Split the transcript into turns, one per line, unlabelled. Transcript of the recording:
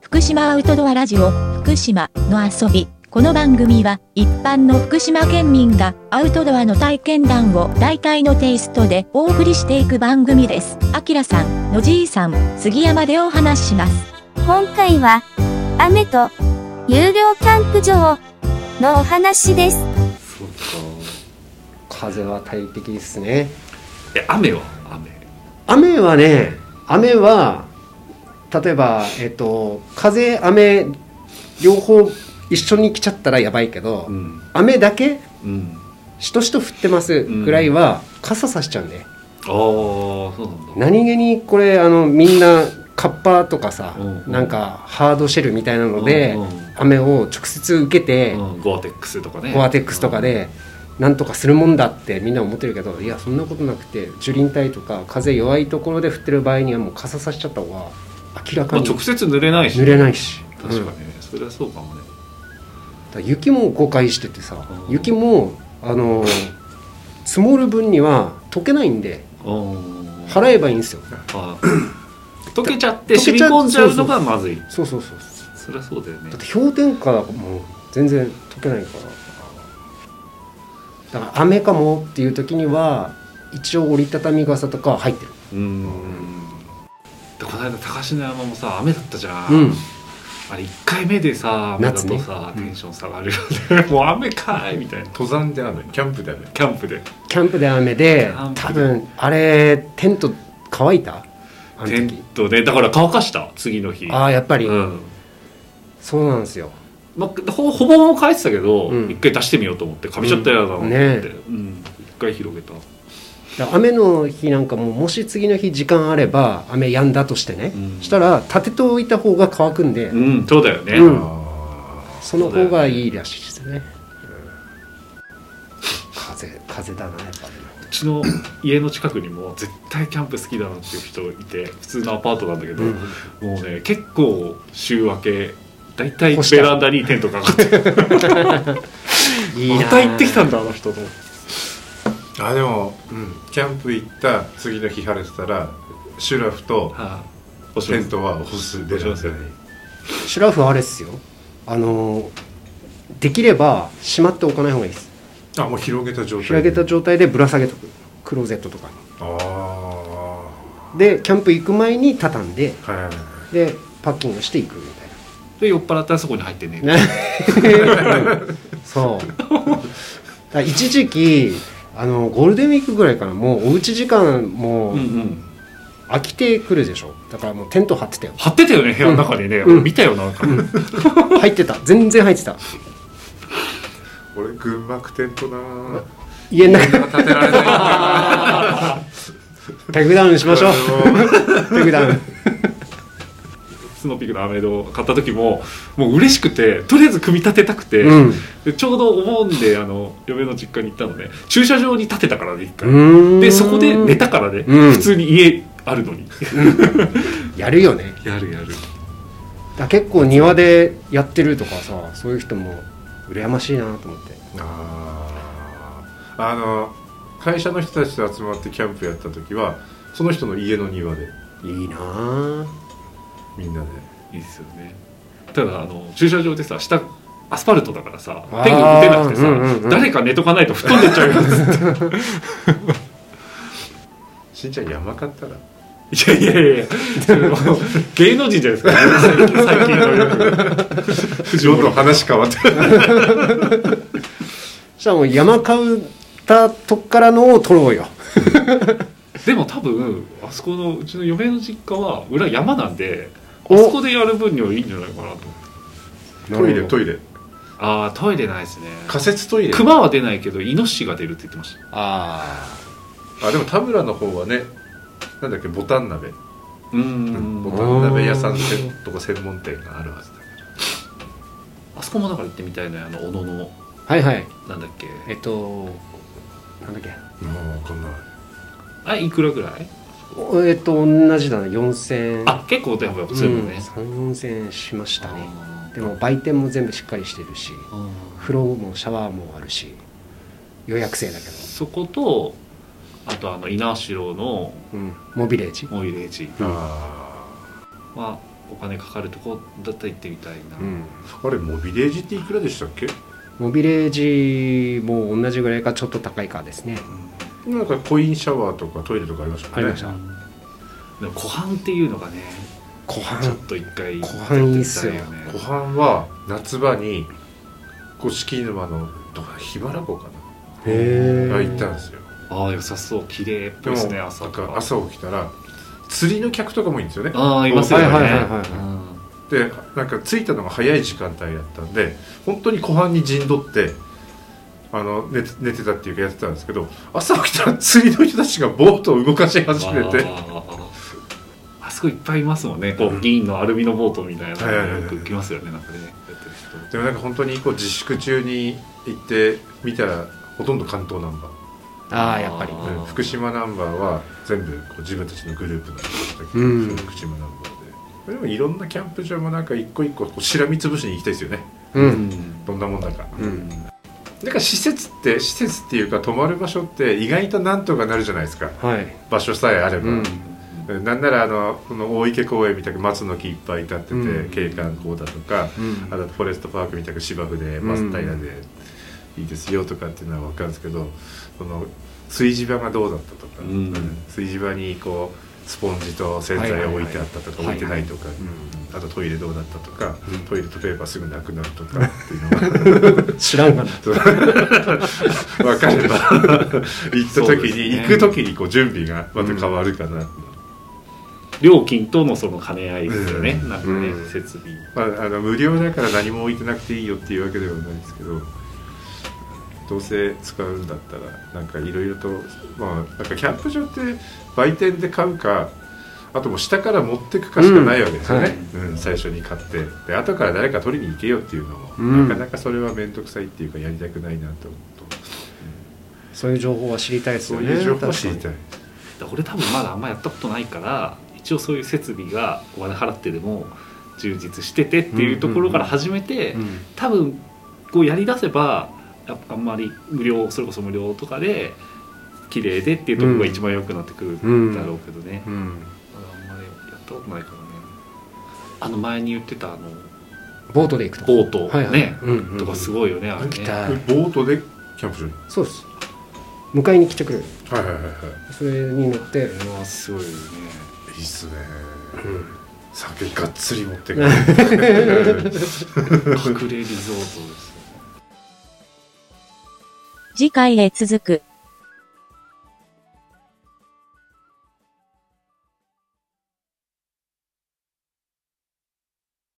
福島アウトドアラジオ福島の遊びこの番組は一般の福島県民がアウトドアの体験談を大体のテイストでお送りしていく番組ですあきらさんのじいさん杉山でお話しします
今回は、雨と、有料キャンプ場、のお話です。
そうか風は大敵ですね
え雨は雨
雨はね雨は例えばえっと風雨両方一緒に来ちゃったらやばいけど、
ん
雨だけ
うん
しとしと降ってますぐらいは、傘さしちゃうんで
ああそうなんだ
何気にこれあのみんなカッパとかさ、
うんうん
なんかハードシェルみたいなので、
うんうん
雨を直接受けて、
うんゴアテックスとかね
ゴアテックスとかでなんとかするもんだってみんな思ってるけどいやそんなことなくて樹林帯とか風弱いところで降ってる場合にはもう傘さしちゃった方が明ら
ま
か
あ、
に
直接濡れないし
濡れないし
確かに
うん
ね
だか、
それはそうかもね
ら雪も誤解しててさ
うん
雪もあのー積もる分には溶けないんで
うん
払えばいいんですよ
あ溶けちゃって
溶
染
け
み
ちゃう
込んじゃうのがまずい
そうそうそう
そりゃそうだよね
だって氷点下だからもう全然溶けないからだから雨かもっていう時には一応折りたたみ傘とかは入ってる
うんでこの間高島山もさ雨だったじゃん、
うん
あれ1回目でさ雨だとさ、
夏ね
テンション下がるよね もう雨かーいみたいな
登山じゃないキャンプだよね
キャンプで
キャンプで雨で
キャンプで
多分あれテント乾いたあの
テ
時
ントでだから乾かした次の日
ああやっぱり、
うん
そうなんですよ
まあ、ほほぼほぼ返ってたけど一、
うん
回出してみようと思ってかびちゃったやだなと思って、
ね
うん、一回広げた
だから雨の日なんかももし次の日時間あれば雨止んだとしてね、
うん
したら立てておいた方が乾くんで、
うんそうだよね、
うん
あ
その方がいいらしいですね、風風だなやっぱ
うちの家の近くにも絶対キャンプ好きだなっていう人いて普通のアパートなんだけど、
り、
もうね結構週明け大体ベランダにテントかかって
いい
ま
な
た行ってきたんだあの人と
ーあでも
うん
キャンプ行った次の日晴れてたらシュラフと
はいおし
テントは干すでしょ
干します
シュラフはあれっすよあのーできればしまっておかない方がいいです
あもう広げた状態
広げた状態でぶら下げとくクローゼットとかに
ああ
でキャンプ行く前に畳んで
は
でパッキングしていくみ
で酔っ払ったらそこに入ってね
たいな、ね、そうだから一時期あのゴールデンウィークぐらいからもうおうち時間も
うんう
うん飽きてくるでしょだからもうテント張ってたよ
貼ってたよね部屋の中にね、
うん
俺見たよなんか、
入ってた全然入ってた
い俺群馬テントなー
家の中
建てられないんだな
ペグダウンしましょうペグダウン
スノーピークのアメイドを買った時ももう嬉しくてとりあえず組み立てたくて、
うん
でちょうどお盆であの嫁の実家に行ったので駐車場に立てたからね一
うー
回
ん
でそこで寝たからね、
うん
普通に家あるのに
やるよね
やるやる
だから結構庭でやってるとかさそういう人も羨ましいなと思って
あーあの会社の人たちと集まってキャンプやった時はその人の家の庭で
いいなあ
みんなで
いいですよねただあの駐車場でさ下アスファルトだからさ
あー
天が打てなくてさ、
うんうんうん
誰か寝とかないと布団出ちゃうよっつって
しんちゃん山買ったら
いやいやいやそれもう芸能人じゃないですか最近最近のよく藤
どんどん
本
話変わって
そしたらもう山買ったとこからのを取ろうよ
でも多分あそこのうちの嫁の実家は裏山なんであ
お
そこでやる分にはいいんじゃないかなと思って
トイレト
イレ
イレ
ああトイレないですね
仮設トイレ
熊は出ないけどイノシシが出るって言ってました
あ
あでも田村の方はねなんだっけボタン鍋
うー
ボ
ん
タン鍋屋さんとか専門店があるはずだ
あそこもだから行ってみたいねあの小野の
あはいはい
なんだっけ
えっとなんだっけ
けどもうこんな
あいくらぐらい
おえっと同じだな4000円
あ結構でも普通のね、
うん、30004000円しましたね
あ
でも売店も全部しっかりしてるし
ーうん
風呂もシャワーもあるし予約制だけど、
そことあとあの猪苗代の
うん、モビレージ
モイレージ
あ
はお金かかるとこだったら行ってみたいな、
うん
あれモビレージっていくらでしたっけ
モビレージも同じぐらいかちょっと高いかですね
なんかコインシャワーとかトイレとかありましたもんね
ありました
でも湖畔っていうのがね
後
ちょっ
半
と一回
湖畔いいっすよ
行ってみたい
湖
ね
畔は夏場に五色沼のどこだ桧原湖か
へ
なが行ったんですよ
ああ良さそう綺麗っぽいですね朝
なん
と
か
か
朝起きたら釣りの客とかもいいんですよね
ああいますよね、
はいはいはいはいはい
うん
でなんか着いたのが早い時間帯だったんで本当に湖畔に陣取ってあの寝て寝てたっていうかやってたんですけど朝起きたら釣りの人たちがボートを動かし始めて
あーあそこいっぱいいますもんねこう銀のアルミのボートみたいな
はいはいは
の
い
よく来ますよねなんかねやってる人
でもなんか本当にこう自粛中に行ってみたらほとんど関東ナンバー
ああやっぱり
あ
うん
ー
福島ナンバーは全部こう自分たちのグループの人だったけど、
うん
福島ナンバーででもいろんなキャンプ場もなんか一個一個こうしらみつぶしに行きたいですよね
うん
どんなもんだか
うん
だから施設って施設っていうか泊まる場所って意外となんとかなるじゃないですか
はい
場所さえあれば、
うん
うんなんならあのこの大池公園みたく松の木いっぱい立ってて、
うん
景観光だとかあとフォレストパークみたく芝生で
うん
バスタイヤでいいですよとかっていうのは分かるんですけどその炊事場がどうだったとか、
うん
炊事場にこうスポンジと洗剤を置いてあったとか、
はいはいはい
置いてないとか、あとトイレどうだったとか、
うん
トイレットペーパーすぐなくなるとかっていうのが
知らんがな
分か れば行った
そう
時
です
に、
ね
行く時にこう準備がまた変わるかな、
料金とのその兼ね合いですよね、
うん
なんかね、
うん
設備
まあ、あの無料だから何も置いてなくていいよっていうわけではないですけどどうせ使うんだったらなんかいろいろとまあなんかキャンプ場って売店で買うかあともう下から持ってくかしかないわけですよね、うん最初に買ってで後から誰か取りに行けよっていうのも、
うん
なかなかそれは面倒くさいっていうかやりたくないなと思うと
そういう情報は知りたいです
そう
よね
いう情報を知りたい
俺多分まだあんまやったことないから一応そういう設備がお金払ってでも充実しててっていうところから始めて、
確かにうん
多分こうやりだせばやっぱあんまり無料それこそ無料とかで綺麗でっていうところが一番良くなってくるんだろうけどね、
うん
あんまりやったことないからねあの前に言ってたあの
ボートで行くと
ボート、ね、
うんうん
とかすごいよねあれ
行き
ね
たい
でボートでキャンプ場に
そうです迎えに来てくれる
はいはいはいは
それに乗って
あれはすごいよね
いいいっすね、酒がっつり持ってくる
隠れリゾートですよ
次回へ続く。